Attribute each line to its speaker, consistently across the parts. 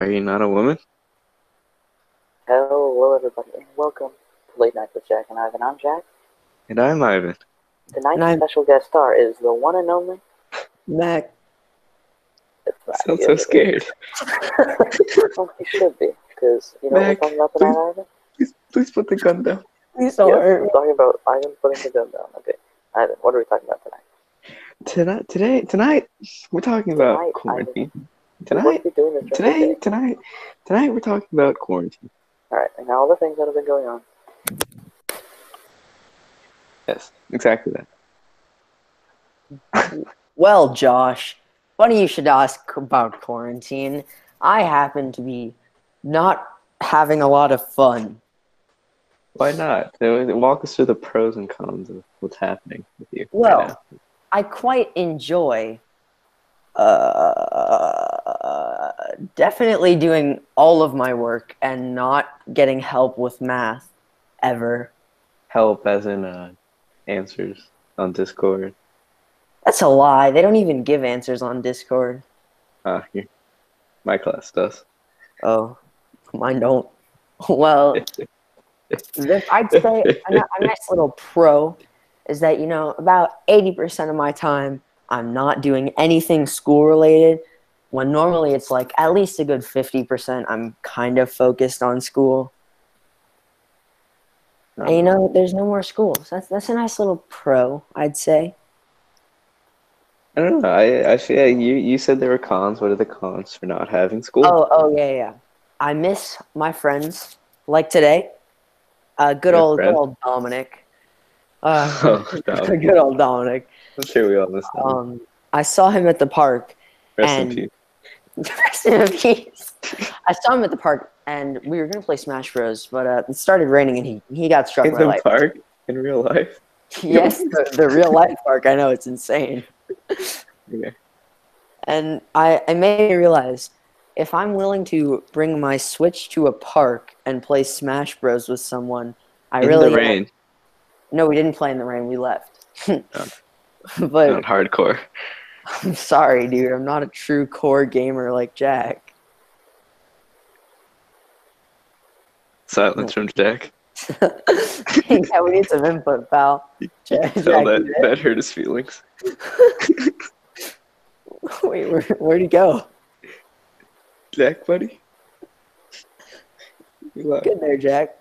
Speaker 1: Are you not a woman?
Speaker 2: Hello, everybody, and welcome to Late Night with Jack and Ivan. I'm Jack.
Speaker 1: And I'm Ivan.
Speaker 2: Tonight's
Speaker 3: And I'm-
Speaker 2: special guest star is the one and only.
Speaker 3: Mac.
Speaker 2: That's not
Speaker 1: Sounds
Speaker 2: you,
Speaker 1: so
Speaker 2: is it?
Speaker 1: scared.
Speaker 2: well, he should be, because you know
Speaker 1: Mac,
Speaker 2: what we're talking about tonight, Ivan?
Speaker 1: Please, please put the gun down.
Speaker 3: Please don't
Speaker 2: Yes,
Speaker 3: hurt
Speaker 2: we're
Speaker 3: me.
Speaker 2: talking about Ivan putting the gun down. Okay, Ivan, what are we talking about tonight?
Speaker 1: Tonight, today, tonight, we're talking about
Speaker 2: Tonight, Ivan.
Speaker 1: quarantine.
Speaker 2: What
Speaker 1: Tonight,
Speaker 2: are we doing this during the
Speaker 1: today,
Speaker 2: day?
Speaker 1: tonight, tonight, we're talking about quarantine.
Speaker 2: All right, and all the things that have been going on.
Speaker 1: Yes, exactly that.
Speaker 3: Well, Josh, funny you should ask about quarantine. I happen to be not having a lot of fun.
Speaker 1: Why not? So, Walk us through the pros and cons of what's happening with you. right
Speaker 3: Well,
Speaker 1: now.
Speaker 3: I quite enjoy uh, definitely doing all of my work and not getting help with math ever.
Speaker 1: help as in uh, answers on Discord.
Speaker 3: That's a lie. They don't even give answers on Discord.
Speaker 1: Uh, here. My class does.
Speaker 3: Oh, mine don't. Well, this, I'd say a, ni- a nice little pro is that you know about 80% of my time i'm not doing anything school related when normally it's like at least a good 50% i'm kind of focused on school
Speaker 1: Um,
Speaker 3: and you know there's no more schools that's, that's a nice little pro i'd say
Speaker 1: I don't know. I actually, yeah, you you said there were cons. What are the cons for not having school?
Speaker 3: oh oh yeah yeah i miss my friends like today uh, good,
Speaker 1: Your
Speaker 3: old, good
Speaker 1: friend?
Speaker 3: old dominic uh,
Speaker 1: Oh, Dominic.
Speaker 3: good old dominic
Speaker 1: I'm sure we all missed that. one.
Speaker 3: um, i saw him at the park
Speaker 1: Rest
Speaker 3: and-
Speaker 1: in peace.
Speaker 3: Rest in peace. I saw him at the park, and we were gonna play Smash Bros, but uh, it started raining, and he, he got struck
Speaker 1: In
Speaker 3: by
Speaker 1: the
Speaker 3: lightning.
Speaker 1: park, in real life.
Speaker 3: Yes, the, the real life park. I know it's insane.
Speaker 1: Okay.
Speaker 3: And I I made me realize if I'm willing to bring my Switch to a park and play Smash Bros with someone, I
Speaker 1: in
Speaker 3: really
Speaker 1: the rain,
Speaker 3: no, we didn't play in the rain. We left.
Speaker 1: Oh.
Speaker 3: but
Speaker 1: not hardcore. Oh.
Speaker 3: I'm sorry, dude. I'm not a true core gamer like Jack.
Speaker 1: Silence from Jack.
Speaker 3: yeah, we need some input, pal. Jack,
Speaker 1: Tell
Speaker 3: Jack,
Speaker 1: that
Speaker 3: you
Speaker 1: that hurt his feelings.
Speaker 3: there? Wait, where, where'd he go?
Speaker 1: Jack, buddy. You look-
Speaker 3: Good there, Jack.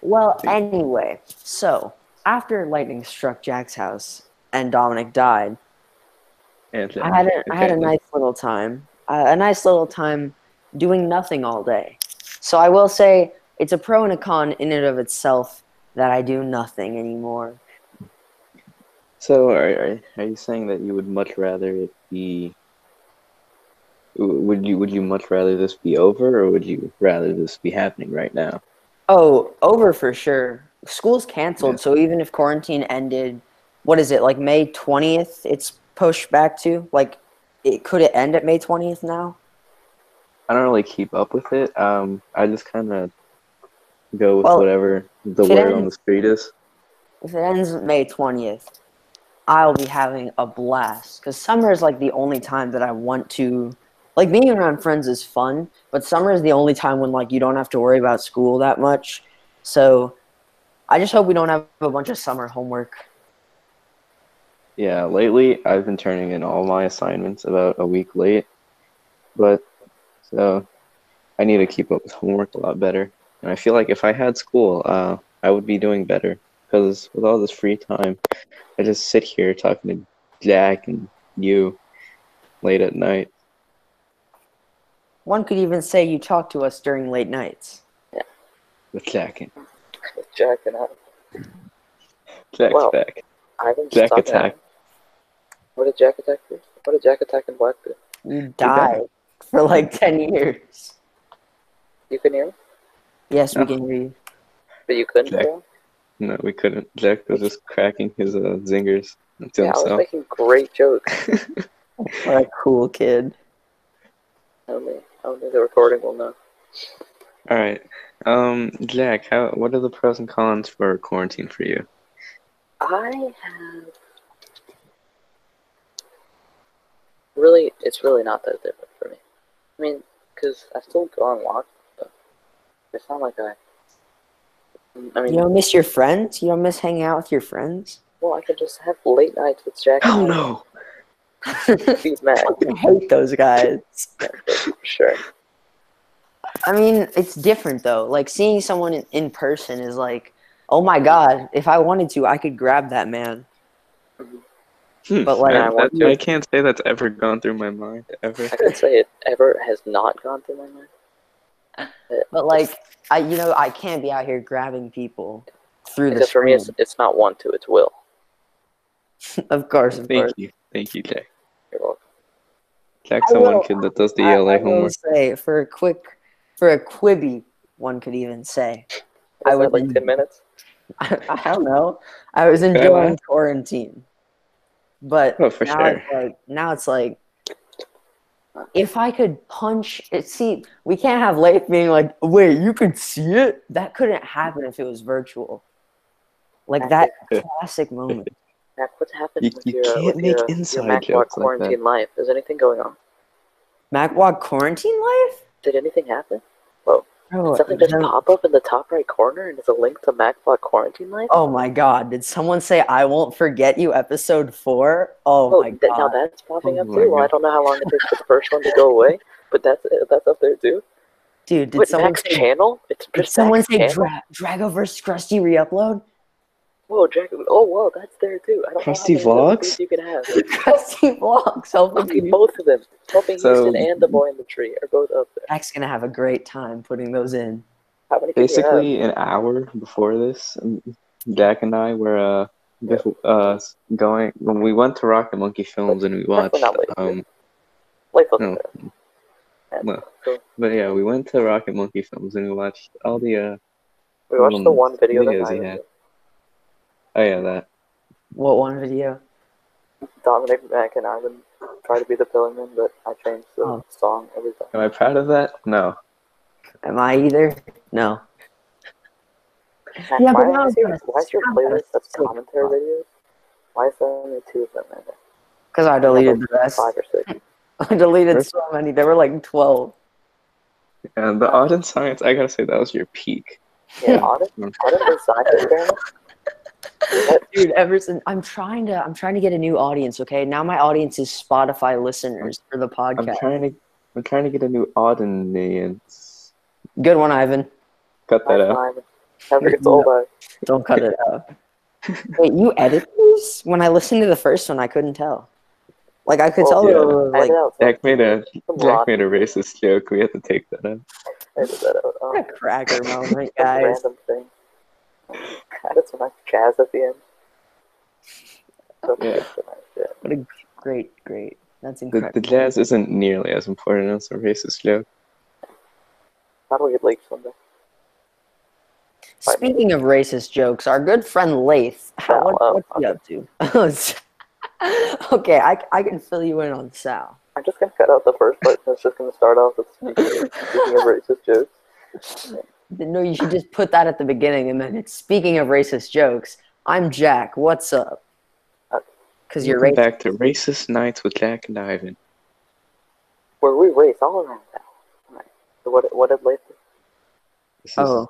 Speaker 3: Well, anyway, so after lightning struck Jack's house and Dominic died,
Speaker 1: And
Speaker 3: I had a, I had a
Speaker 1: Jack.
Speaker 3: nice little time, uh, a nice little time doing nothing all day. So I will say it's a pro and a con in and of itself that I do nothing anymore.
Speaker 1: So, are, are are you saying that you would much rather it be? w- Would you would you much rather this be over, or would you rather this be happening right now?
Speaker 3: Oh, over for sure. School's canceled,
Speaker 1: Yeah.
Speaker 3: so even if quarantine ended, what is it like May twentieth? It's pushed back to like, it could it end at May twentieth now?
Speaker 1: I don't really keep up with it. Um, I just kind of go with
Speaker 3: Well,
Speaker 1: whatever the
Speaker 3: if it
Speaker 1: word on
Speaker 3: ends-
Speaker 1: the street is.
Speaker 3: If it ends May twentieth, I'll be having a blast because summer is like the only time that I want to. Like being around friends is fun, but summer is the only time when like you don't have to worry about school that much. So, I just hope we don't have a bunch of summer homework.
Speaker 1: Yeah, lately I've been turning in all my assignments about a week late, but so I need to keep up with homework a lot better. And I feel like if I had school, uh, I would be doing better because with all this free time, I just sit here talking to Jack and you late at night.
Speaker 3: One could even say you talk to us during late nights.
Speaker 1: With Jack and
Speaker 2: With Jack and Ivan.
Speaker 1: Jack's
Speaker 2: Well,
Speaker 1: back.
Speaker 2: Ivan
Speaker 1: Jack
Speaker 2: stopped
Speaker 1: attack.
Speaker 2: Ivan. What did Jack attack do? What did Jack attack and Black do?
Speaker 3: You
Speaker 1: died.
Speaker 3: died for like 10 years.
Speaker 2: You can hear me,
Speaker 3: Yes,
Speaker 1: Oh.
Speaker 3: we can hear you.
Speaker 2: but you couldn't
Speaker 1: Jack
Speaker 2: hear him.
Speaker 1: No, we couldn't. Jack was just cracking his uh, zingers to
Speaker 2: Yeah, I was
Speaker 1: himself.
Speaker 2: making great jokes.
Speaker 3: What a cool kid.
Speaker 2: Only, only the recording will know.
Speaker 1: All right, um, Jack, how? What are the pros and cons for quarantine for you?
Speaker 2: I have really it's really not that different for me. mean, because I still go on walks. But it's not like I. I mean,
Speaker 3: You don't miss your friends? You don't miss hanging out with your friends?
Speaker 2: well, I could just have late nights with Jack.
Speaker 1: Hell no.
Speaker 2: Be mad
Speaker 3: I hate those guys.
Speaker 2: for sure.
Speaker 3: I mean, it's different though. Like seeing someone in, in person is like, oh my god, if I wanted to, I could grab that man.
Speaker 1: Hmm,
Speaker 3: But, like,
Speaker 1: I,
Speaker 2: I
Speaker 1: that-
Speaker 2: wonder-
Speaker 1: I can't say that's ever gone through my mind ever.
Speaker 2: I could say it ever has not gone through my mind.
Speaker 3: But like, I you know, I can't be out here grabbing people through the
Speaker 2: Because for me,
Speaker 3: screen.
Speaker 2: it's, it's not want to, it's will.
Speaker 3: Of course, of
Speaker 1: Thank
Speaker 3: course.
Speaker 1: you, thank you, Jack.
Speaker 2: You're welcome.
Speaker 1: Jack's
Speaker 3: I
Speaker 1: the one
Speaker 3: will-
Speaker 1: kid that does the
Speaker 3: I-
Speaker 1: ELA
Speaker 3: I will
Speaker 1: homework.
Speaker 3: say for a quick, for a quibby, one could even say. I
Speaker 2: Is that
Speaker 3: would-
Speaker 2: like 10 minutes?
Speaker 3: I, don't know. I was enjoying quarantine, but
Speaker 1: Oh, for
Speaker 3: now
Speaker 1: sure.
Speaker 3: it's like now it's like if I could punch it. See, we can't have late being like, wait, you could see it. That couldn't happen if it was virtual. Like that classic moment.
Speaker 2: Mac, what's happened
Speaker 1: You-
Speaker 2: with
Speaker 1: you
Speaker 2: your,
Speaker 1: can't
Speaker 2: with
Speaker 1: make
Speaker 2: your,
Speaker 1: inside
Speaker 2: your Mac Walk
Speaker 1: jokes like that.
Speaker 2: quarantine life? Is anything going on?
Speaker 3: MacWalk quarantine life.
Speaker 2: Did anything happen?
Speaker 3: Bro,
Speaker 2: Something just
Speaker 3: Oh, no-
Speaker 2: pop up in the top right corner and it's a link to Mac Walk quarantine life?
Speaker 3: Oh my god! Did someone say I won't forget you? Episode four. Oh, my
Speaker 2: th-
Speaker 3: god!
Speaker 2: now that's popping
Speaker 1: Oh
Speaker 2: up
Speaker 1: my
Speaker 2: too. Well, I
Speaker 1: God.
Speaker 2: don't know how long it takes for the first one to go away, but that's uh, that's up there too.
Speaker 3: Dude, did
Speaker 2: Wait,
Speaker 3: someone
Speaker 2: Mac's
Speaker 3: say
Speaker 2: channel? It's
Speaker 3: Did
Speaker 2: just
Speaker 3: someone
Speaker 2: Mac's
Speaker 3: say
Speaker 2: channel?
Speaker 3: Dra- Drago vs. Krusty reupload?
Speaker 2: Whoa, Jack! Oh, whoa, that's there too. I don't know how
Speaker 1: Krusty
Speaker 2: many little
Speaker 1: Vlogs?
Speaker 2: things you can have.
Speaker 3: Krusty vlogs
Speaker 2: Okay,
Speaker 3: helping you.
Speaker 2: both of them, helping
Speaker 1: So-
Speaker 2: Houston and the boy in the tree, are both up there.
Speaker 3: Zach's gonna have a great time putting those in.
Speaker 2: How many can you have?
Speaker 1: Basically, an hour before this, um, Jack and I were uh, bef- uh going when we went to Rocket Monkey Films and we
Speaker 2: Definitely
Speaker 1: watched
Speaker 2: not late.
Speaker 1: um
Speaker 2: Like both
Speaker 1: No.
Speaker 2: of them. And
Speaker 1: No.
Speaker 2: so
Speaker 1: but yeah we went to Rocket Monkey Films and we watched all the uh
Speaker 2: we watched the
Speaker 1: Um,
Speaker 2: one video
Speaker 1: videos he
Speaker 2: that I
Speaker 1: had. oh yeah that
Speaker 3: What one video?
Speaker 2: Dominic Mack and Ivan tried to be the Pillar Man, but I changed the
Speaker 3: Oh.
Speaker 2: song every time.
Speaker 1: am I proud of that no
Speaker 3: Am I either? No.
Speaker 2: Matt,
Speaker 3: Yeah, but
Speaker 2: why,
Speaker 3: now
Speaker 2: is your,
Speaker 3: it's-
Speaker 2: why is your
Speaker 3: now
Speaker 2: playlist
Speaker 3: it's
Speaker 2: of
Speaker 3: so
Speaker 2: commentary
Speaker 3: fun.
Speaker 2: videos? Why is there only two of them in there?
Speaker 3: Because I deleted the rest.
Speaker 2: Five or six.
Speaker 3: I deleted
Speaker 1: First-
Speaker 3: so many. There were like 12.
Speaker 1: and the art and science I gotta say that was your peak
Speaker 2: Yeah, Autumn, Autumn design experiment.
Speaker 3: Dude, ever since I'm trying to I'm trying to get a new audience, okay? Now my audience is Spotify listeners for the
Speaker 1: I'm
Speaker 3: podcast.
Speaker 1: trying to I'm trying to get a new audience
Speaker 3: Good one, Ivan.
Speaker 1: uh, cut that out
Speaker 2: Ivan. Never gets old. I
Speaker 3: Don't cut it out. Wait, you edit these? When I listened to the first one, I couldn't tell. Like I could
Speaker 2: Well,
Speaker 3: tell
Speaker 1: yeah.
Speaker 3: there were,
Speaker 2: I
Speaker 3: like
Speaker 2: know. Some,
Speaker 1: Jack made a
Speaker 2: some
Speaker 1: Jack
Speaker 2: rotten
Speaker 1: made a racist joke we had to take that out
Speaker 2: edit that out. Um,
Speaker 3: What a cracker moment,
Speaker 2: some
Speaker 3: guys.
Speaker 2: random thing. God, it's nice jazz at the end. So
Speaker 1: Yeah.
Speaker 2: it's nice jazz.
Speaker 3: Great, great. That's
Speaker 1: the,
Speaker 3: incredible.
Speaker 1: the jazz isn't nearly as important as a racist joke
Speaker 2: How do we get leaked someday?
Speaker 3: Speaking of racist jokes, our good friend Lath, how, what,
Speaker 2: Sal,
Speaker 3: what's he up to? Oh, Sal. okay, I, I can fill you in on Sal.
Speaker 2: I'm just gonna cut out the first part. and It's just gonna start off with speaking of, speaking of racist jokes.
Speaker 3: No, you should just put that at the beginning and then it's speaking of racist jokes. I'm Jack. What's up? Because you're
Speaker 1: Welcome
Speaker 3: racist.
Speaker 1: Uh, back to racist nights with Jack and Ivan
Speaker 2: Where we race all around now. Alright. So what what did Lath do?
Speaker 1: this is,
Speaker 3: Oh.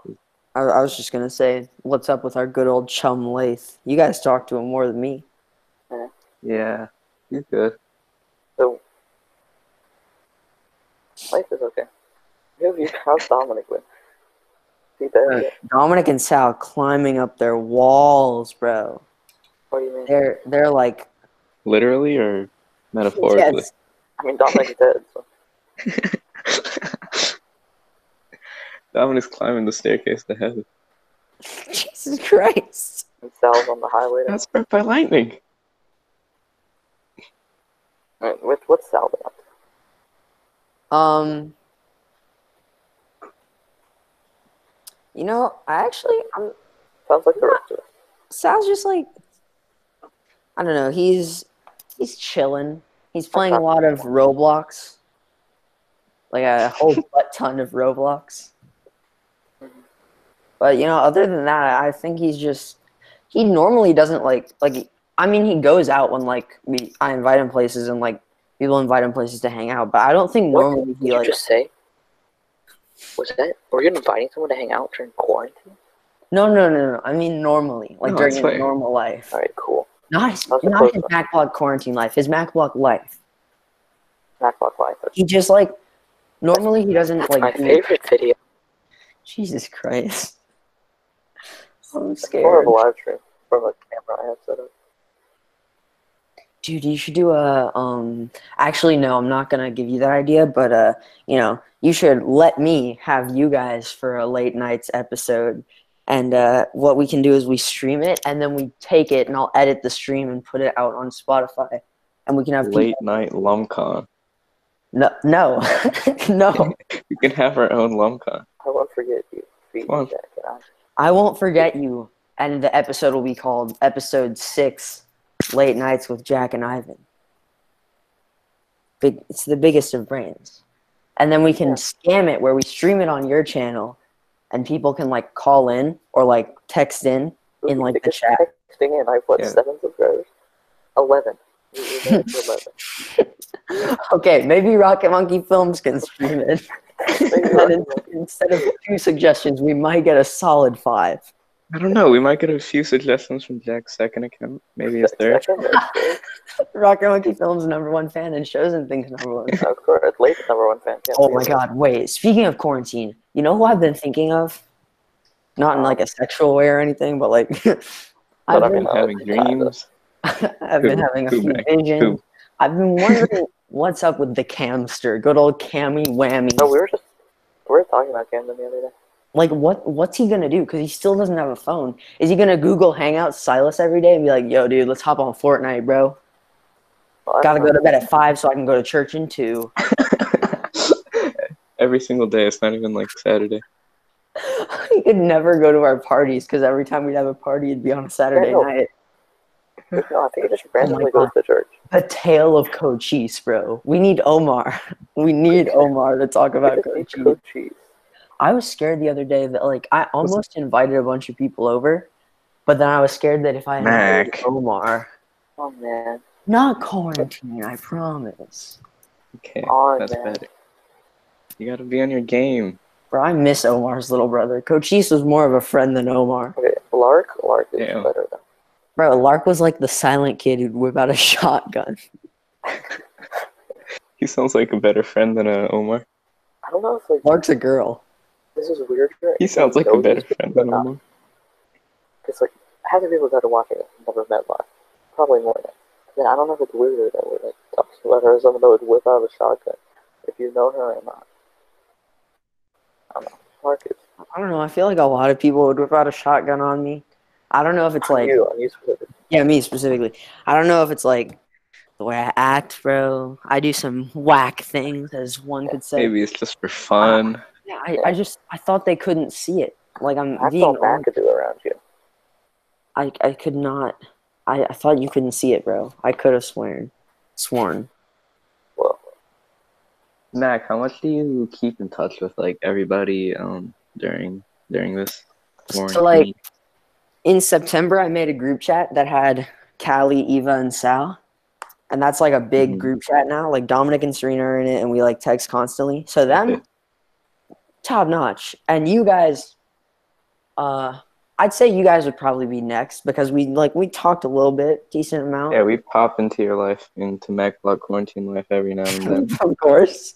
Speaker 3: I, I was just going to say, what's up with our good old chum Lath? You guys talk to him more than me.
Speaker 1: yeah he's good
Speaker 2: So Lath is okay. Who have you how's Dominic with? See that?
Speaker 3: Dominic and Sal climbing up their walls, bro.
Speaker 2: What do you mean?
Speaker 3: They're they're like
Speaker 1: literally or metaphorically
Speaker 3: yes,
Speaker 2: I mean Dominic's dead, so
Speaker 1: Dominic's climbing the staircase to heaven.
Speaker 3: Jesus Christ.
Speaker 2: and Sal's on the highway.
Speaker 1: Got struck by lightning.
Speaker 2: Alright, what what's Sal been up to?
Speaker 3: Um, you know, I actually, I'm,
Speaker 2: Sounds like the rest of us.
Speaker 3: Sal's just like, I don't know. He's he's chilling. He's playing a lot of Roblox, like a whole butt ton of Roblox. But you know, other than that, I think he's just he normally doesn't like like I mean he goes out when like we I invite him places and like people invite him places to hang out. But I don't think
Speaker 2: What
Speaker 3: normally
Speaker 2: did
Speaker 3: he
Speaker 2: you
Speaker 3: like.
Speaker 2: just say? Was that? Were you inviting someone to hang out during quarantine?
Speaker 3: No, no, no, no. I mean normally, like
Speaker 1: No,
Speaker 3: during
Speaker 1: that's
Speaker 3: his
Speaker 1: fair.
Speaker 3: normal life,
Speaker 2: All right, cool.
Speaker 3: not his,
Speaker 2: That's a
Speaker 3: not
Speaker 2: close
Speaker 3: his
Speaker 2: one.
Speaker 3: MacBlock quarantine life. His MacBlock life.
Speaker 2: Not fuck life.
Speaker 3: He just like normally he doesn't
Speaker 2: That's my
Speaker 3: like. do-
Speaker 2: favorite video.
Speaker 3: Jesus Christ. I'm
Speaker 2: It's more
Speaker 3: scared.
Speaker 2: of a live stream, more of a camera I have set up.
Speaker 3: Dude, you should do a um actually no, I'm not gonna give you that idea, but uh, you know, you should let me have you guys for a late nights episode. And uh what we can do is we stream it and then we take it and I'll edit the stream and put it out on Spotify. And we can have
Speaker 1: Late night lumcon.
Speaker 3: people No no no.
Speaker 1: We can have our own lumcon.
Speaker 2: I won't forget you. Feet
Speaker 1: Come on.
Speaker 2: Jack and I.
Speaker 3: I won't forget you and the episode will be called episode six Late Nights with Jack and Ivan. Big it's the biggest of brands. And then we can
Speaker 2: Yeah.
Speaker 3: scam it where we stream it on your channel and people can like call in or like text in. In, like, the
Speaker 2: Because
Speaker 3: chat.
Speaker 2: Texting in, I have what
Speaker 1: Yeah.
Speaker 2: seven subscribers? Eleven. You- you know, it's Eleven.
Speaker 3: Okay, maybe Rocket Monkey Films can stream it.
Speaker 2: Maybe
Speaker 3: And then
Speaker 2: Rocket Monkey.
Speaker 3: instead of two suggestions, we might get a solid five.
Speaker 1: I don't know. We might get a few suggestions from Jack's second account. Maybe his third.
Speaker 2: Second, that's
Speaker 3: Rocket Monkey Films number one fan and shows and things number one
Speaker 2: good. Of course, late number one fan. can't
Speaker 3: Oh
Speaker 2: be
Speaker 3: my
Speaker 2: late.
Speaker 3: god, wait. Speaking of quarantine, you know who I've been thinking of? Not in like a sexual way or anything, but like I've
Speaker 2: But I
Speaker 1: Been
Speaker 3: been,
Speaker 2: mean-
Speaker 1: having
Speaker 2: Yeah.
Speaker 1: dreams.
Speaker 3: I've been
Speaker 1: who-
Speaker 3: having a
Speaker 1: who,
Speaker 3: few
Speaker 1: Mac?
Speaker 3: visions.
Speaker 1: Who?
Speaker 3: I've been wondering what's up with the camster, good old Cammy Whammy.
Speaker 1: Oh,
Speaker 2: No, we were just we were talking about Camden the other day.
Speaker 3: like what what's he gonna do? Because he still doesn't have a phone. Is he gonna Google Hangouts Silas every day and be like, yo dude, let's hop on Fortnite, bro.
Speaker 2: Well, I
Speaker 3: Gotta
Speaker 2: don't
Speaker 3: go
Speaker 2: know.
Speaker 3: to bed at five so I can go to church in two.
Speaker 1: Every single day. It's not even like Saturday.
Speaker 3: he could never go to our parties because every time we'd have a party it'd be on a Saturday
Speaker 2: no.
Speaker 3: night.
Speaker 2: No, I think he just randomly
Speaker 3: Oh God.
Speaker 2: goes to church.
Speaker 3: The tale of Cochise, bro. We need Omar. We need Omar to talk
Speaker 2: He
Speaker 3: about
Speaker 2: just eats
Speaker 3: Cochise.
Speaker 2: goat cheese.
Speaker 3: I was scared the other day that like I almost invited a bunch of people over, but then I was scared that if I invited
Speaker 1: Mac.
Speaker 3: Omar,
Speaker 2: Oh man,
Speaker 3: not quarantine, I promise.
Speaker 1: Okay.
Speaker 2: oh
Speaker 1: That's
Speaker 2: man.
Speaker 1: bad. You gotta be on your game.
Speaker 3: Bro, I miss Omar's little brother. Cochise was more of a friend than Omar.
Speaker 2: Okay, Lark, Lark is
Speaker 1: Yeah.
Speaker 2: better though.
Speaker 3: Bro, Lark was like the silent kid who'd whip out a shotgun.
Speaker 1: He sounds like a better friend than uh, Omar.
Speaker 2: I don't know if like
Speaker 3: Lark's a girl.
Speaker 2: this is weird. right?
Speaker 1: He sounds like a
Speaker 2: Those
Speaker 1: better
Speaker 2: people
Speaker 1: friend than
Speaker 2: are
Speaker 1: Omar.
Speaker 2: It's like half the people that are watching it have never met Lark. Probably more than. Then I don't know if it's weirder that we're like talking about her as someone that would whip out a shotgun, if you know her or not. I don't know. Lark is
Speaker 3: I don't know. I feel like a lot of people would whip out a shotgun on me. I don't know if it's like
Speaker 2: you. I'm used to it.
Speaker 3: Yeah, me specifically. I don't know if it's like the way I act, bro. I do some whack things, as one could say.
Speaker 1: Maybe it's just for fun.
Speaker 3: Yeah, I, I just I thought they couldn't see it. Like I'm
Speaker 2: I
Speaker 3: being
Speaker 2: felt bad
Speaker 3: honest,
Speaker 2: to do around you.
Speaker 3: I I could not. I, I thought you couldn't see it, bro. I could have sworn, sworn.
Speaker 2: Well,
Speaker 1: Mac, how much do you keep in touch with like everybody um during during this quarantine?
Speaker 3: So like in September, I made a group chat that had Callie, Eva, and Sal, and that's like a big
Speaker 1: Mhm.
Speaker 3: group chat now. Like Dominic and Serena are in it, and we like text constantly. So them, top notch. And you guys, uh, I'd say you guys would probably be next because we like we talked a little bit, decent amount.
Speaker 1: yeah, we pop into your life, into MacBlock quarantine life every now and then.
Speaker 3: of course.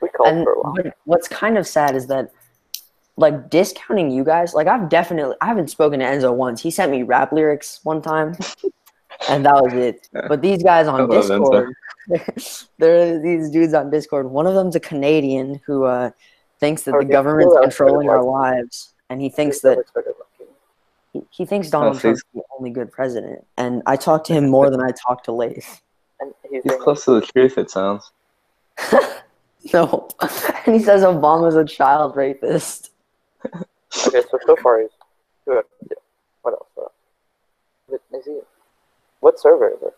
Speaker 2: we called
Speaker 3: And
Speaker 2: for a while.
Speaker 3: what- what's kind of sad is that, like, discounting you guys, like, I've definitely, I haven't spoken to Enzo once. He sent me rap lyrics one time, and that was it. But these guys on
Speaker 1: I love Enzo.
Speaker 3: Discord, there are these dudes on Discord. One of them's a Canadian who uh, thinks that
Speaker 2: Oh,
Speaker 3: the
Speaker 2: yeah.
Speaker 3: government's
Speaker 2: Yeah, I
Speaker 3: controlling our
Speaker 2: heard
Speaker 3: lives, and he thinks
Speaker 2: Never
Speaker 3: that
Speaker 2: expected Lark.
Speaker 3: he, he thinks Donald
Speaker 2: Oh,
Speaker 1: see.
Speaker 3: Trump's the only good president. And I talked to him more than I talked to Leif.
Speaker 2: And he's
Speaker 1: He's
Speaker 2: doing
Speaker 1: close to the truth, it sounds.
Speaker 3: No, and he says Obama's a child rapist.
Speaker 2: Okay, so so far he's good. What else? Uh, but is he? What server is it?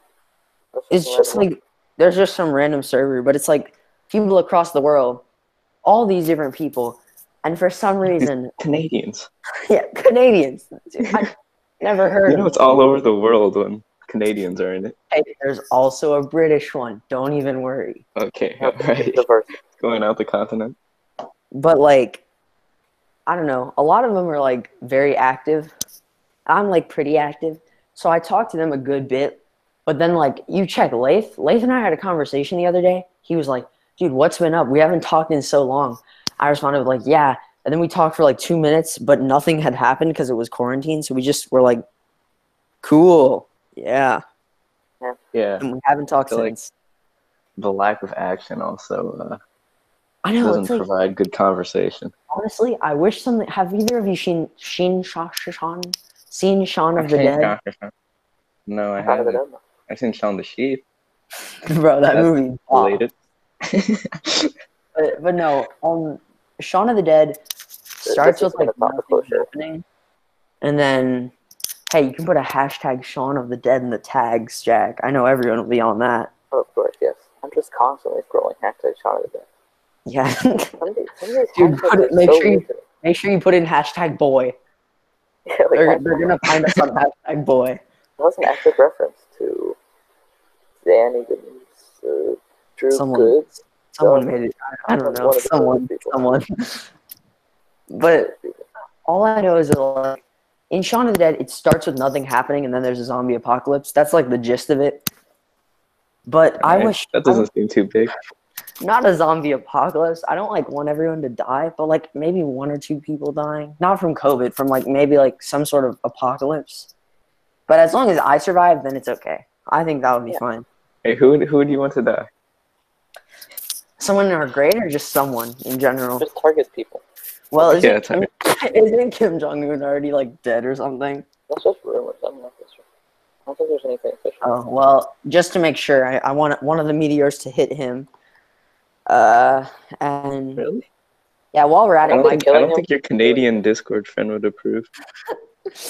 Speaker 2: That's
Speaker 3: It's just
Speaker 2: random.
Speaker 3: like there's just some random server, but it's like people across the world, all these different people, and for some reason,
Speaker 1: Canadians.
Speaker 3: yeah, Canadians. I never heard.
Speaker 1: You know
Speaker 3: of
Speaker 1: it's all over the world when Canadians are in it.
Speaker 3: Hey, there's also a British one. Don't even worry.
Speaker 1: Okay, all right.
Speaker 2: The first.
Speaker 1: Going out the continent.
Speaker 3: But like, I don't know. A lot of them are like very active. I'm like pretty active, so I talk to them a good bit. But then like, you check Lath. Lath and I had a conversation the other day. He was like, "Dude, what's been up? We haven't talked in so long." I responded with like, "Yeah." And then we talked for like two minutes, but nothing had happened because it was quarantine. So we just were like, "Cool, yeah."
Speaker 1: Yeah,
Speaker 3: And we haven't talked
Speaker 1: I feel like-
Speaker 3: since.
Speaker 1: the lack of action also uh,
Speaker 3: I know.
Speaker 1: doesn't
Speaker 3: It's like,
Speaker 1: provide good conversation.
Speaker 3: honestly, I wish something. Have either of you seen Shin Sha- Sha- Shan? Seen Shaun of the Dead?
Speaker 1: No, I
Speaker 2: I don't
Speaker 1: haven't.
Speaker 2: know.
Speaker 1: I've seen Shaun the Sheep.
Speaker 3: Bro, that
Speaker 1: That's
Speaker 3: movie. bombed.
Speaker 1: Related.
Speaker 3: But, but no, um, Shaun of the Dead starts
Speaker 2: This
Speaker 3: with
Speaker 2: is
Speaker 3: like
Speaker 2: gonna pop the
Speaker 3: nothing
Speaker 2: closure.
Speaker 3: happening, and then hey, you can put a hashtag Shaun of the Dead in the tags, Jack. I know everyone will be on that.
Speaker 2: Oh, of course, yes. I'm just constantly scrolling hashtag shot of the day.
Speaker 3: Yeah,
Speaker 2: Some of these, some of these
Speaker 3: Dude,
Speaker 2: hashtags
Speaker 3: put it-
Speaker 2: are
Speaker 3: make
Speaker 2: so
Speaker 3: sure you-
Speaker 2: weird to me.
Speaker 3: make sure you put in hashtag boy.
Speaker 2: Yeah, like,
Speaker 3: They're,
Speaker 2: that-
Speaker 3: they're gonna find us on hashtag boy.
Speaker 2: that was an active reference to Danny Goodman's, uh, Drew
Speaker 3: Someone-
Speaker 2: Goods.
Speaker 3: Someone made it. I, I don't know.
Speaker 2: One of the
Speaker 3: Someone,
Speaker 2: people.
Speaker 3: someone. But all I know is that like, in Shaun of the Dead, it starts with nothing happening, and then there's a zombie apocalypse. That's like the gist of it. But I
Speaker 1: Alright,
Speaker 3: wish
Speaker 1: that doesn't seem too big.
Speaker 3: not a zombie apocalypse. I don't like want everyone to die, but like maybe one or two people dying, not from COVID, from like maybe like some sort of apocalypse. But as long as I survive, then it's okay. I think that would be
Speaker 2: Yeah.
Speaker 3: fine.
Speaker 1: Hey, who would- who would you want to die?
Speaker 3: Someone in our grade, or just someone in general.
Speaker 2: Just target people.
Speaker 3: Well, isn't,
Speaker 1: Yeah,
Speaker 3: Kim, isn't Kim Jong Un already like dead or something?
Speaker 2: That's just rumors. I'm not this sure. I don't think there's anything official.
Speaker 3: Oh well, just to make sure, I, I want one of the meteors to hit him. Uh, and
Speaker 1: Really?
Speaker 3: yeah, while we're at
Speaker 1: I
Speaker 3: it,
Speaker 1: don't,
Speaker 2: Am I
Speaker 3: Mike,
Speaker 1: think, I
Speaker 2: killing
Speaker 1: don't
Speaker 2: him?
Speaker 1: think your Canadian Discord friend would approve.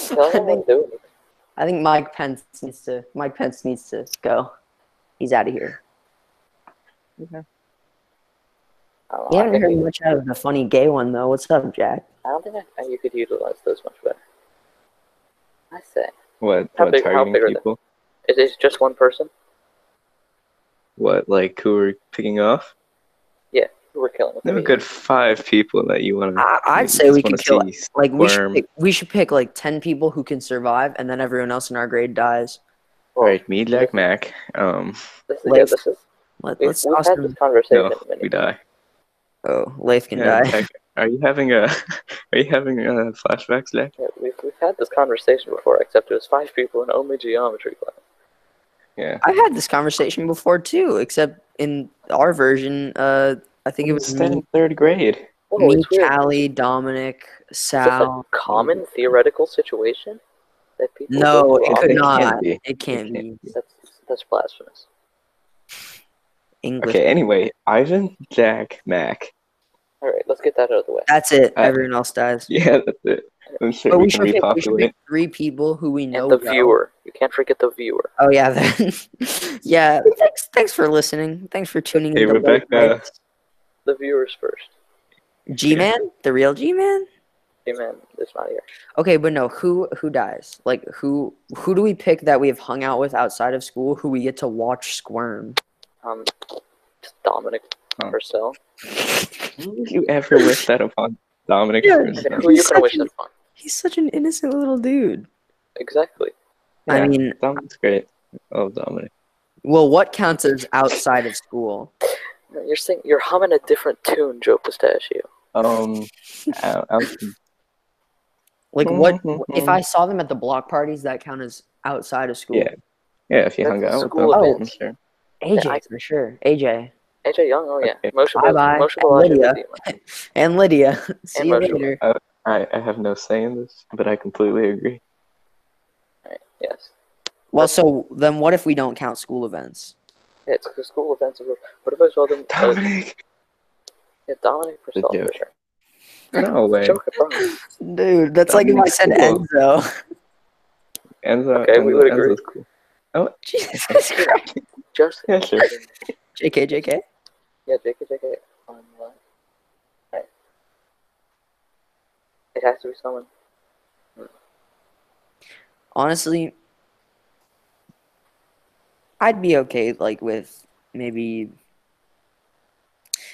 Speaker 2: Tell
Speaker 3: I
Speaker 2: him what
Speaker 3: think
Speaker 2: to do.
Speaker 3: I think Mike Pence needs to. Mike Pence needs to go. He's out of here.
Speaker 2: I don't know.
Speaker 3: You
Speaker 2: Oh, I,
Speaker 3: haven't
Speaker 2: think
Speaker 3: heard
Speaker 2: you,
Speaker 3: much out of the funny gay one though. What's up, Jack?
Speaker 2: I don't think I, you could utilize those much better. I say.
Speaker 1: What?
Speaker 2: How
Speaker 1: what
Speaker 2: big- how
Speaker 1: targeting
Speaker 2: big are they?
Speaker 1: people?
Speaker 2: Is it just one person?
Speaker 1: What? Like who are picking off?
Speaker 2: We're killing with
Speaker 1: There were
Speaker 2: the
Speaker 1: good five people that you want to.
Speaker 3: I, I'd say we could kill. Like we should,
Speaker 1: squirm.
Speaker 3: pick, we should pick like ten people who can survive, and then everyone else in our grade dies.
Speaker 1: All right, me, Jack, Mac. Um,
Speaker 2: This is,
Speaker 3: Like-
Speaker 2: yeah, this is,
Speaker 3: Let,
Speaker 2: we've,
Speaker 3: let's
Speaker 2: we've
Speaker 3: toss
Speaker 2: had
Speaker 3: them-
Speaker 2: this conversation
Speaker 1: no, we
Speaker 2: many
Speaker 1: die.
Speaker 3: Oh, Leif can
Speaker 1: Yeah,
Speaker 3: die.
Speaker 1: Jack, are you having a? Are you having uh flashbacks, Jack?
Speaker 2: Yeah, we've, we've had this conversation before, except it was five people in only geometry class.
Speaker 1: Yeah.
Speaker 3: I've had this conversation before too, except in our version, uh, I think it was
Speaker 1: Instead
Speaker 3: me,
Speaker 1: in third grade.
Speaker 2: Oh,
Speaker 3: me
Speaker 2: it's weird.
Speaker 3: Callie, Dominic,
Speaker 2: Is this a
Speaker 3: Sal.
Speaker 2: common theoretical situation that people
Speaker 3: No,
Speaker 2: go
Speaker 3: it
Speaker 2: wrong?
Speaker 3: could
Speaker 1: It
Speaker 3: not.
Speaker 1: can't be.
Speaker 3: It can't
Speaker 1: It can't
Speaker 3: be
Speaker 2: That's, that's blasphemous.
Speaker 3: English.
Speaker 1: Okay. Anyway, Ivan, Jack, Mac.
Speaker 2: All right, let's get that out of the way.
Speaker 3: That's it.
Speaker 1: Uh,
Speaker 3: Everyone else dies.
Speaker 1: Yeah, that's it. I'm sure
Speaker 3: But
Speaker 1: we,
Speaker 3: we
Speaker 1: can
Speaker 3: should, pick, we should
Speaker 1: repopulate.
Speaker 3: pick three people who we know.
Speaker 2: and the
Speaker 3: well.
Speaker 2: viewer. You can't forget the viewer.
Speaker 3: Oh yeah, then. yeah. Thanks, thanks for listening. Thanks for tuning
Speaker 1: Hey,
Speaker 3: in. to
Speaker 1: Rebecca.
Speaker 3: Late
Speaker 2: The viewers first.
Speaker 3: Night. G-Man, the real G-Man.
Speaker 2: Amen. It's not here.
Speaker 3: Okay, but no, who who dies? Like who who do we pick that we have hung out with outside of school? Who we get to watch squirm?
Speaker 2: Um, just Dominic
Speaker 1: Huh.
Speaker 2: Purcell.
Speaker 1: Would you ever wish that upon Dominic?
Speaker 3: Yeah.
Speaker 1: Cruz?
Speaker 2: And who are you
Speaker 3: He's
Speaker 2: gonna wish
Speaker 3: such
Speaker 2: that
Speaker 3: an-
Speaker 2: upon?
Speaker 3: He's such an innocent little dude.
Speaker 2: Exactly.
Speaker 1: Yeah.
Speaker 3: I mean,
Speaker 1: Dominic's great. I love Dominic.
Speaker 3: well, what counts as outside of school?
Speaker 2: You're sing- You're humming a different tune, Joe Pistachio.
Speaker 1: Um, out, out-
Speaker 3: Like what
Speaker 1: Mhm.
Speaker 3: if I saw them at the block parties? That count as outside of school.
Speaker 1: Yeah. yeah, if you hung
Speaker 2: That's
Speaker 1: out
Speaker 2: school
Speaker 1: with them,
Speaker 3: events.
Speaker 1: sure.
Speaker 3: AJ
Speaker 2: Yeah, I-
Speaker 3: for sure. AJ
Speaker 2: AJ Young. Oh yeah.
Speaker 1: Okay.
Speaker 2: Motion.
Speaker 3: Bye-bye.
Speaker 2: Motion.
Speaker 3: And Lydia. and Lydia. See
Speaker 2: And
Speaker 3: you
Speaker 2: Marshall.
Speaker 3: later.
Speaker 1: I, I have no say in this, but I completely agree.
Speaker 2: Yes.
Speaker 3: Well, so then what if we don't count school events?
Speaker 2: Yeah, it's the school events. Of- what if I saw them? Uh,
Speaker 1: Dominic,
Speaker 2: yeah, Dominic Purcell for
Speaker 1: joke.
Speaker 2: sure.
Speaker 1: no way.
Speaker 2: Joker, bro.
Speaker 3: Dude, that's like if I said
Speaker 1: Dominic's
Speaker 3: Enzo.
Speaker 1: Enzo,
Speaker 2: Okay, we
Speaker 1: Enzo-
Speaker 2: would agree.
Speaker 1: Enzo's cool.
Speaker 3: Jesus Christ.
Speaker 2: Just
Speaker 1: Yeah, sure.
Speaker 3: JK, JK.
Speaker 2: yeah, JK, JK. On what? Right. It has to be someone.
Speaker 3: Honestly, I'd be okay like with maybe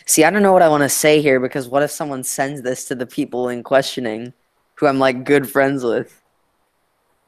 Speaker 3: See, I don't know what I want to say here because what if someone sends this to the people in questioning who I'm like good friends with?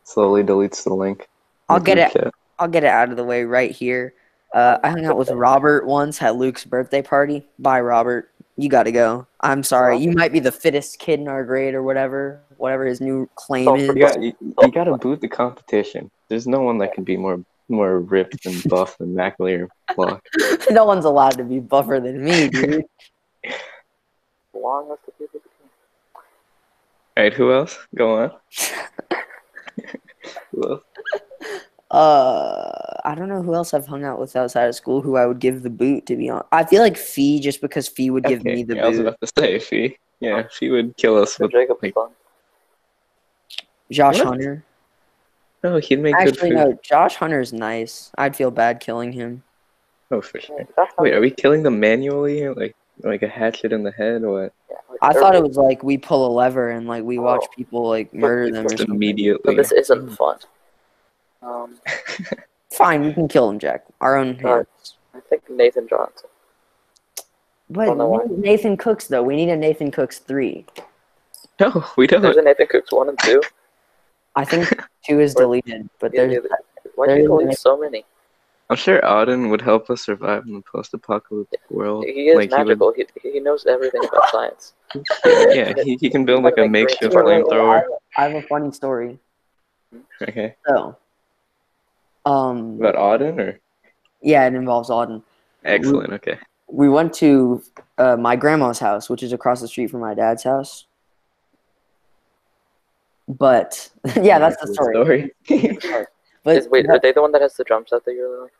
Speaker 1: Slowly deletes the link.
Speaker 3: I'll get it I'll get it out of the way right here. Uh, I hung out with Robert once at Luke's birthday party. Bye, Robert. You got to go. I'm sorry. You might be the fittest kid in our grade or whatever, whatever his new claim
Speaker 2: Don't
Speaker 3: is.
Speaker 1: You got you, you got to boot the competition. There's no one that can be more more ripped and buff than McAleer Block.
Speaker 3: no one's allowed to be buffer than me, dude.
Speaker 2: Long list of people.
Speaker 1: All right, who else? Go on. who else?
Speaker 3: Uh, I don't know who else I've hung out with outside of school who I would give the boot. To be honest, I feel like Fee just because Fee would give
Speaker 1: Okay,
Speaker 3: me the
Speaker 1: yeah, I was
Speaker 3: boot.
Speaker 1: about to say, she, yeah, she would kill us
Speaker 2: But
Speaker 1: with.
Speaker 2: Jacob was
Speaker 1: like-
Speaker 2: fun.
Speaker 3: Josh
Speaker 1: What?
Speaker 3: Hunter.
Speaker 1: No, oh, he'd make good
Speaker 3: Actually,
Speaker 1: food.
Speaker 3: no. Josh Hunter's nice. I'd feel bad killing him.
Speaker 1: Oh, for
Speaker 2: Yeah,
Speaker 1: sure.
Speaker 2: that's how-
Speaker 1: Wait, are we killing them manually? Like, like a hatchet in the head, or what?
Speaker 2: yeah, like
Speaker 3: I thought it
Speaker 2: everybody-
Speaker 3: was like we pull a lever and like we watch
Speaker 2: Oh.
Speaker 3: people like murder them or
Speaker 1: Just
Speaker 3: something.
Speaker 2: No,
Speaker 1: immediately.
Speaker 2: this isn't fun. Um,
Speaker 3: Fine, we can kill him, Jack. Our own hands.
Speaker 2: Alright. I think Nathan Johnson.
Speaker 3: But
Speaker 2: Don't know why.
Speaker 3: we need Nathan Cooks though. We need a Nathan Cooks three.
Speaker 1: No, we
Speaker 2: There's
Speaker 1: don't.
Speaker 2: a Nathan Cooks one and two.
Speaker 3: I think two is deleted, but
Speaker 2: Yeah,
Speaker 3: there's
Speaker 2: yeah, Why
Speaker 3: there's
Speaker 2: do you
Speaker 3: a
Speaker 2: believe so many?
Speaker 1: I'm sure Auden would help us survive in the post-apocalyptic world.
Speaker 2: He is
Speaker 1: Like, he would-
Speaker 2: magical. He, he, knows everything about science.
Speaker 1: Yeah, he, he can build like a
Speaker 2: Like, great.
Speaker 1: makeshift
Speaker 3: Wait, wait, wait, I
Speaker 1: flamethrower.
Speaker 3: have- I have a funny story.
Speaker 1: Okay,
Speaker 3: So, um,
Speaker 1: about Auden or
Speaker 3: yeah, it involves Auden.
Speaker 1: excellent. Okay,
Speaker 3: We went to uh, my grandma's house, which is across the street from my dad's house. But yeah, that's the story. But
Speaker 2: Is, wait, are
Speaker 3: the,
Speaker 2: they the one that has the drum set that you really like?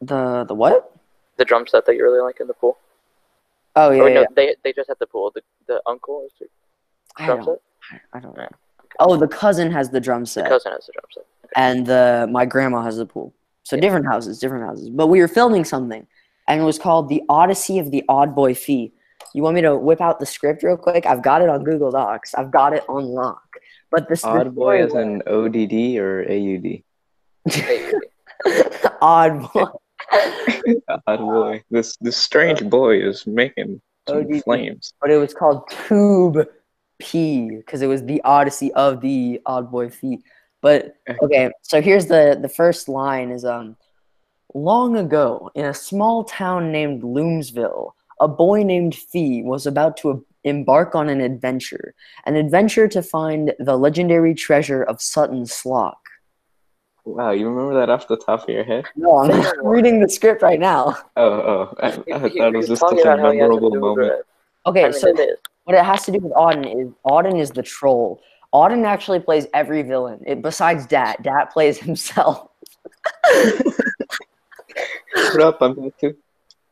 Speaker 3: the the what?
Speaker 2: The drum set that you really like in the pool?
Speaker 3: Oh yeah,
Speaker 2: or
Speaker 3: yeah,
Speaker 2: no,
Speaker 3: yeah.
Speaker 2: they they just had the pool. The, the uncle has the
Speaker 3: I
Speaker 2: drum
Speaker 3: don't,
Speaker 2: set.
Speaker 3: I don't
Speaker 2: Yeah.
Speaker 3: know. Oh, the cousin has the drum
Speaker 2: The
Speaker 3: set,
Speaker 2: cousin has the drum set.
Speaker 3: and the my grandma has the pool. So
Speaker 2: Yeah.
Speaker 3: different houses, different houses. But we were filming something, and it was called "The Odyssey of the Odd Boy Fee." You want me to whip out the script real quick? I've got it on Google Docs. I've got it on lock. But this
Speaker 1: Odd boy
Speaker 3: is
Speaker 1: is an ODD or AUD.
Speaker 2: Hey,
Speaker 3: odd boy.
Speaker 1: Odd boy. This this strange boy is making some
Speaker 3: ODD.
Speaker 1: flames.
Speaker 3: but it was called Tube P because it was the Odyssey of the Odd Boy Feet. But okay, so here's the the first line is um long ago in a small town named Loomsville, a boy named Fee was about to embark on an adventure, an adventure to find the legendary treasure of Sutton Slock.
Speaker 1: Wow, you remember that off the top of your head?
Speaker 3: No, I'm reading the script right now.
Speaker 1: Oh, oh, I,
Speaker 2: he,
Speaker 1: I
Speaker 2: he,
Speaker 1: thought it was
Speaker 2: he's
Speaker 1: just
Speaker 2: talking
Speaker 1: such a
Speaker 2: about how he has a
Speaker 1: memorable
Speaker 2: new
Speaker 1: moment.
Speaker 2: regret.
Speaker 3: Okay,
Speaker 2: I mean,
Speaker 3: so
Speaker 2: it is.
Speaker 3: what it has to do with Auden is Auden is the troll. Auden actually plays every villain. It, besides Dat, Dat plays himself.
Speaker 1: Put up, I'm back too.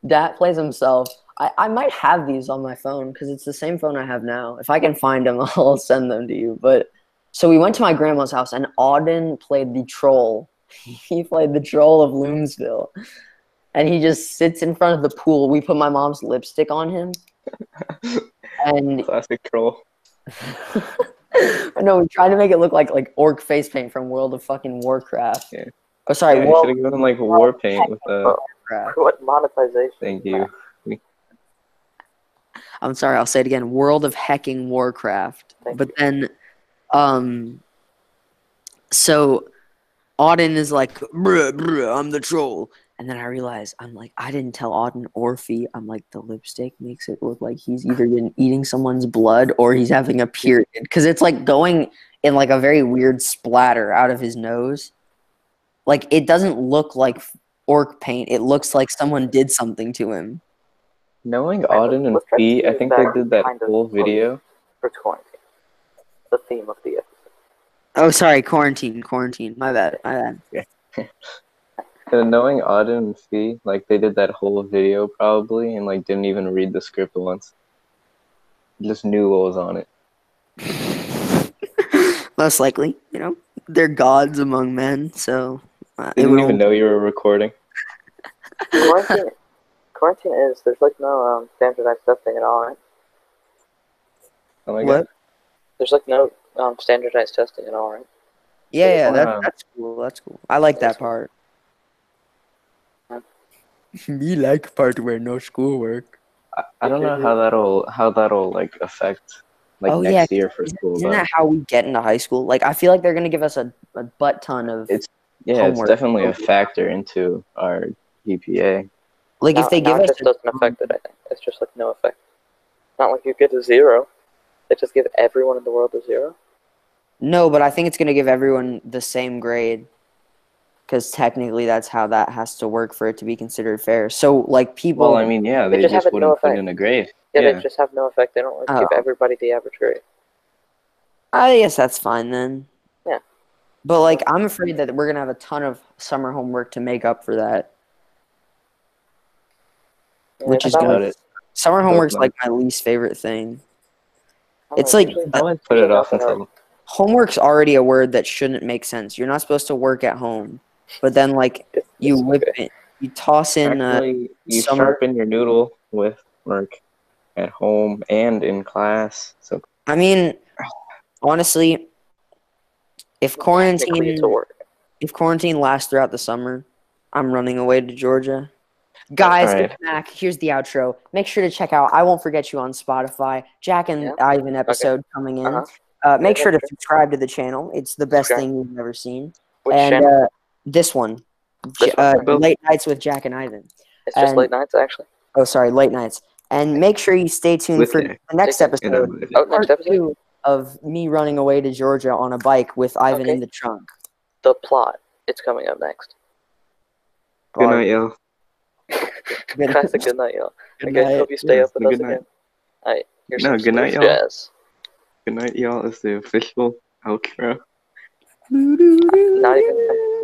Speaker 3: Dat plays himself. I, I might have these on my phone because it's the same phone I have now. If I can find them, I'll send them to you. But so we went to my grandma's house, and Auden played the troll. he played the troll of Loomsville, and he just sits in front of the pool. We put my mom's lipstick on him, and
Speaker 1: Classic troll.
Speaker 3: I know we tried to make it look like like orc face paint from World of fucking Warcraft.
Speaker 1: Yeah.
Speaker 3: Oh, sorry,
Speaker 1: Yeah, you
Speaker 3: World
Speaker 1: should have gone like war paint with a.
Speaker 3: Warcraft.
Speaker 2: What monetization?
Speaker 1: Thank you.
Speaker 3: I'm sorry, I'll say it again. World of hecking Warcraft.
Speaker 2: Thank
Speaker 3: but then, um, so Auden is like, bruh, bruh, I'm the troll. And then I realize I'm like, I didn't tell Auden or Fee. I'm like, the lipstick makes it look like he's either been eating someone's blood or he's having a period. Because it's like going in like a very weird splatter out of his nose. Like it doesn't look like orc paint. It looks like someone did something to him.
Speaker 1: Knowing
Speaker 2: Right,
Speaker 1: Auden and
Speaker 2: let's try to
Speaker 1: Fee, I
Speaker 2: do
Speaker 1: think they
Speaker 2: that
Speaker 1: did that
Speaker 2: kind of um,
Speaker 1: whole
Speaker 2: close.
Speaker 1: video.
Speaker 2: for quarantine. The theme of the episode.
Speaker 3: Oh, sorry, quarantine, quarantine. My bad, my bad.
Speaker 1: And knowing Auden and Fee, like they did that whole video probably, and like didn't even read the script once. Just knew what was on it.
Speaker 3: Most likely, you know, they're gods among men, so uh, it
Speaker 1: Didn't
Speaker 3: would
Speaker 1: even know you were recording.
Speaker 2: Quarantine, quarantine is there's like no um, standardized testing at all, right?
Speaker 1: Oh my
Speaker 3: only-
Speaker 1: god.
Speaker 3: what?
Speaker 2: There's like no um, standardized testing at all, right?
Speaker 3: Yeah, yeah,
Speaker 1: Wow.
Speaker 3: that, that's cool. That's cool. I like that part. Me like part where no schoolwork.
Speaker 1: I, I don't know how that'll how that'll like affect like
Speaker 3: Oh,
Speaker 1: next
Speaker 3: yeah.
Speaker 1: year for school.
Speaker 3: Isn't
Speaker 1: but
Speaker 3: that how we get into high school? Like, I feel like they're gonna give us a, a butt ton of
Speaker 1: It's- yeah,
Speaker 3: homework. Oh,
Speaker 1: it's definitely a factor into our GPA.
Speaker 3: like if they give
Speaker 2: it
Speaker 3: us
Speaker 2: just doesn't affect it. I think it's just like no effect. Not like you get a zero. They just give everyone in the world a zero.
Speaker 3: no, but I think it's gonna give everyone the same grade because technically that's how that has to work for it to be considered fair. So like people,
Speaker 1: Well, I mean, yeah,
Speaker 2: They
Speaker 1: they
Speaker 2: just
Speaker 1: just
Speaker 2: have it no
Speaker 1: wouldn't put
Speaker 2: effect.
Speaker 1: in a grade.
Speaker 2: Yeah,
Speaker 1: Yeah.
Speaker 2: they just have no effect. They don't like give
Speaker 3: Oh.
Speaker 2: everybody the average grade.
Speaker 3: I guess that's fine then.
Speaker 2: Yeah.
Speaker 3: But like, I'm afraid that we're gonna have a ton of summer homework to make up for that,
Speaker 2: Yeah,
Speaker 3: which is
Speaker 2: but that
Speaker 1: Doubt
Speaker 3: good.
Speaker 2: was-
Speaker 1: it.
Speaker 3: Summer homework's
Speaker 1: not.
Speaker 3: like my least favorite thing.
Speaker 2: that
Speaker 3: It's
Speaker 2: was
Speaker 3: like-
Speaker 2: usually-
Speaker 1: I would put it off
Speaker 2: Nothing
Speaker 1: until
Speaker 3: Homework's already a word that shouldn't make sense. You're not supposed to work at home, but then like
Speaker 2: it's-
Speaker 3: you
Speaker 2: it's
Speaker 3: whip
Speaker 2: okay.
Speaker 3: it, you toss in. Uh,
Speaker 1: Actually, you
Speaker 3: summer-
Speaker 1: sharpen your noodle with work at home and in class. So
Speaker 3: I mean, honestly, if
Speaker 2: Technically,
Speaker 3: quarantine
Speaker 2: it's a work.
Speaker 3: if quarantine lasts throughout the summer, I'm running away to Georgia. Guys,
Speaker 1: Alright.
Speaker 3: it's Mac. Here's the outro. Make sure to check out I Won't Forget You on Spotify. Jack and
Speaker 2: Yeah.
Speaker 3: Ivan episode coming in.
Speaker 2: Uh-huh.
Speaker 3: uh make
Speaker 2: Yeah,
Speaker 3: sure to
Speaker 2: sure.
Speaker 3: subscribe to the channel. It's the best
Speaker 2: Okay.
Speaker 3: thing you've ever seen.
Speaker 2: Which
Speaker 3: and
Speaker 2: channel?
Speaker 3: uh, this one, J-
Speaker 2: This one,
Speaker 3: uh,
Speaker 2: Rainbow?
Speaker 3: Late Nights with Jack and Ivan.
Speaker 2: it's just
Speaker 3: and-
Speaker 2: late nights, actually.
Speaker 3: Oh, sorry, Late Nights. And make sure you stay tuned
Speaker 1: With
Speaker 3: for
Speaker 1: Jack.
Speaker 3: the next
Speaker 2: Jack
Speaker 1: you know,
Speaker 3: episode,
Speaker 2: Oh, next
Speaker 3: part
Speaker 2: episode,
Speaker 3: two of me running away to Georgia on a bike with Ivan
Speaker 2: Okay.
Speaker 3: in the trunk.
Speaker 2: the plot. It's coming up next.
Speaker 1: good night, y'all.
Speaker 3: Good-
Speaker 2: Guys, a good night, y'all. I
Speaker 3: good
Speaker 2: guess
Speaker 3: night.
Speaker 2: hope you stay
Speaker 1: Yeah,
Speaker 2: up with
Speaker 1: good
Speaker 2: us
Speaker 1: night.
Speaker 2: again. All right, here's
Speaker 1: No,
Speaker 2: some
Speaker 1: good night,
Speaker 2: smooth
Speaker 1: y'all.
Speaker 2: jazz.
Speaker 1: Good night, y'all. Is the official outro.
Speaker 2: Not even.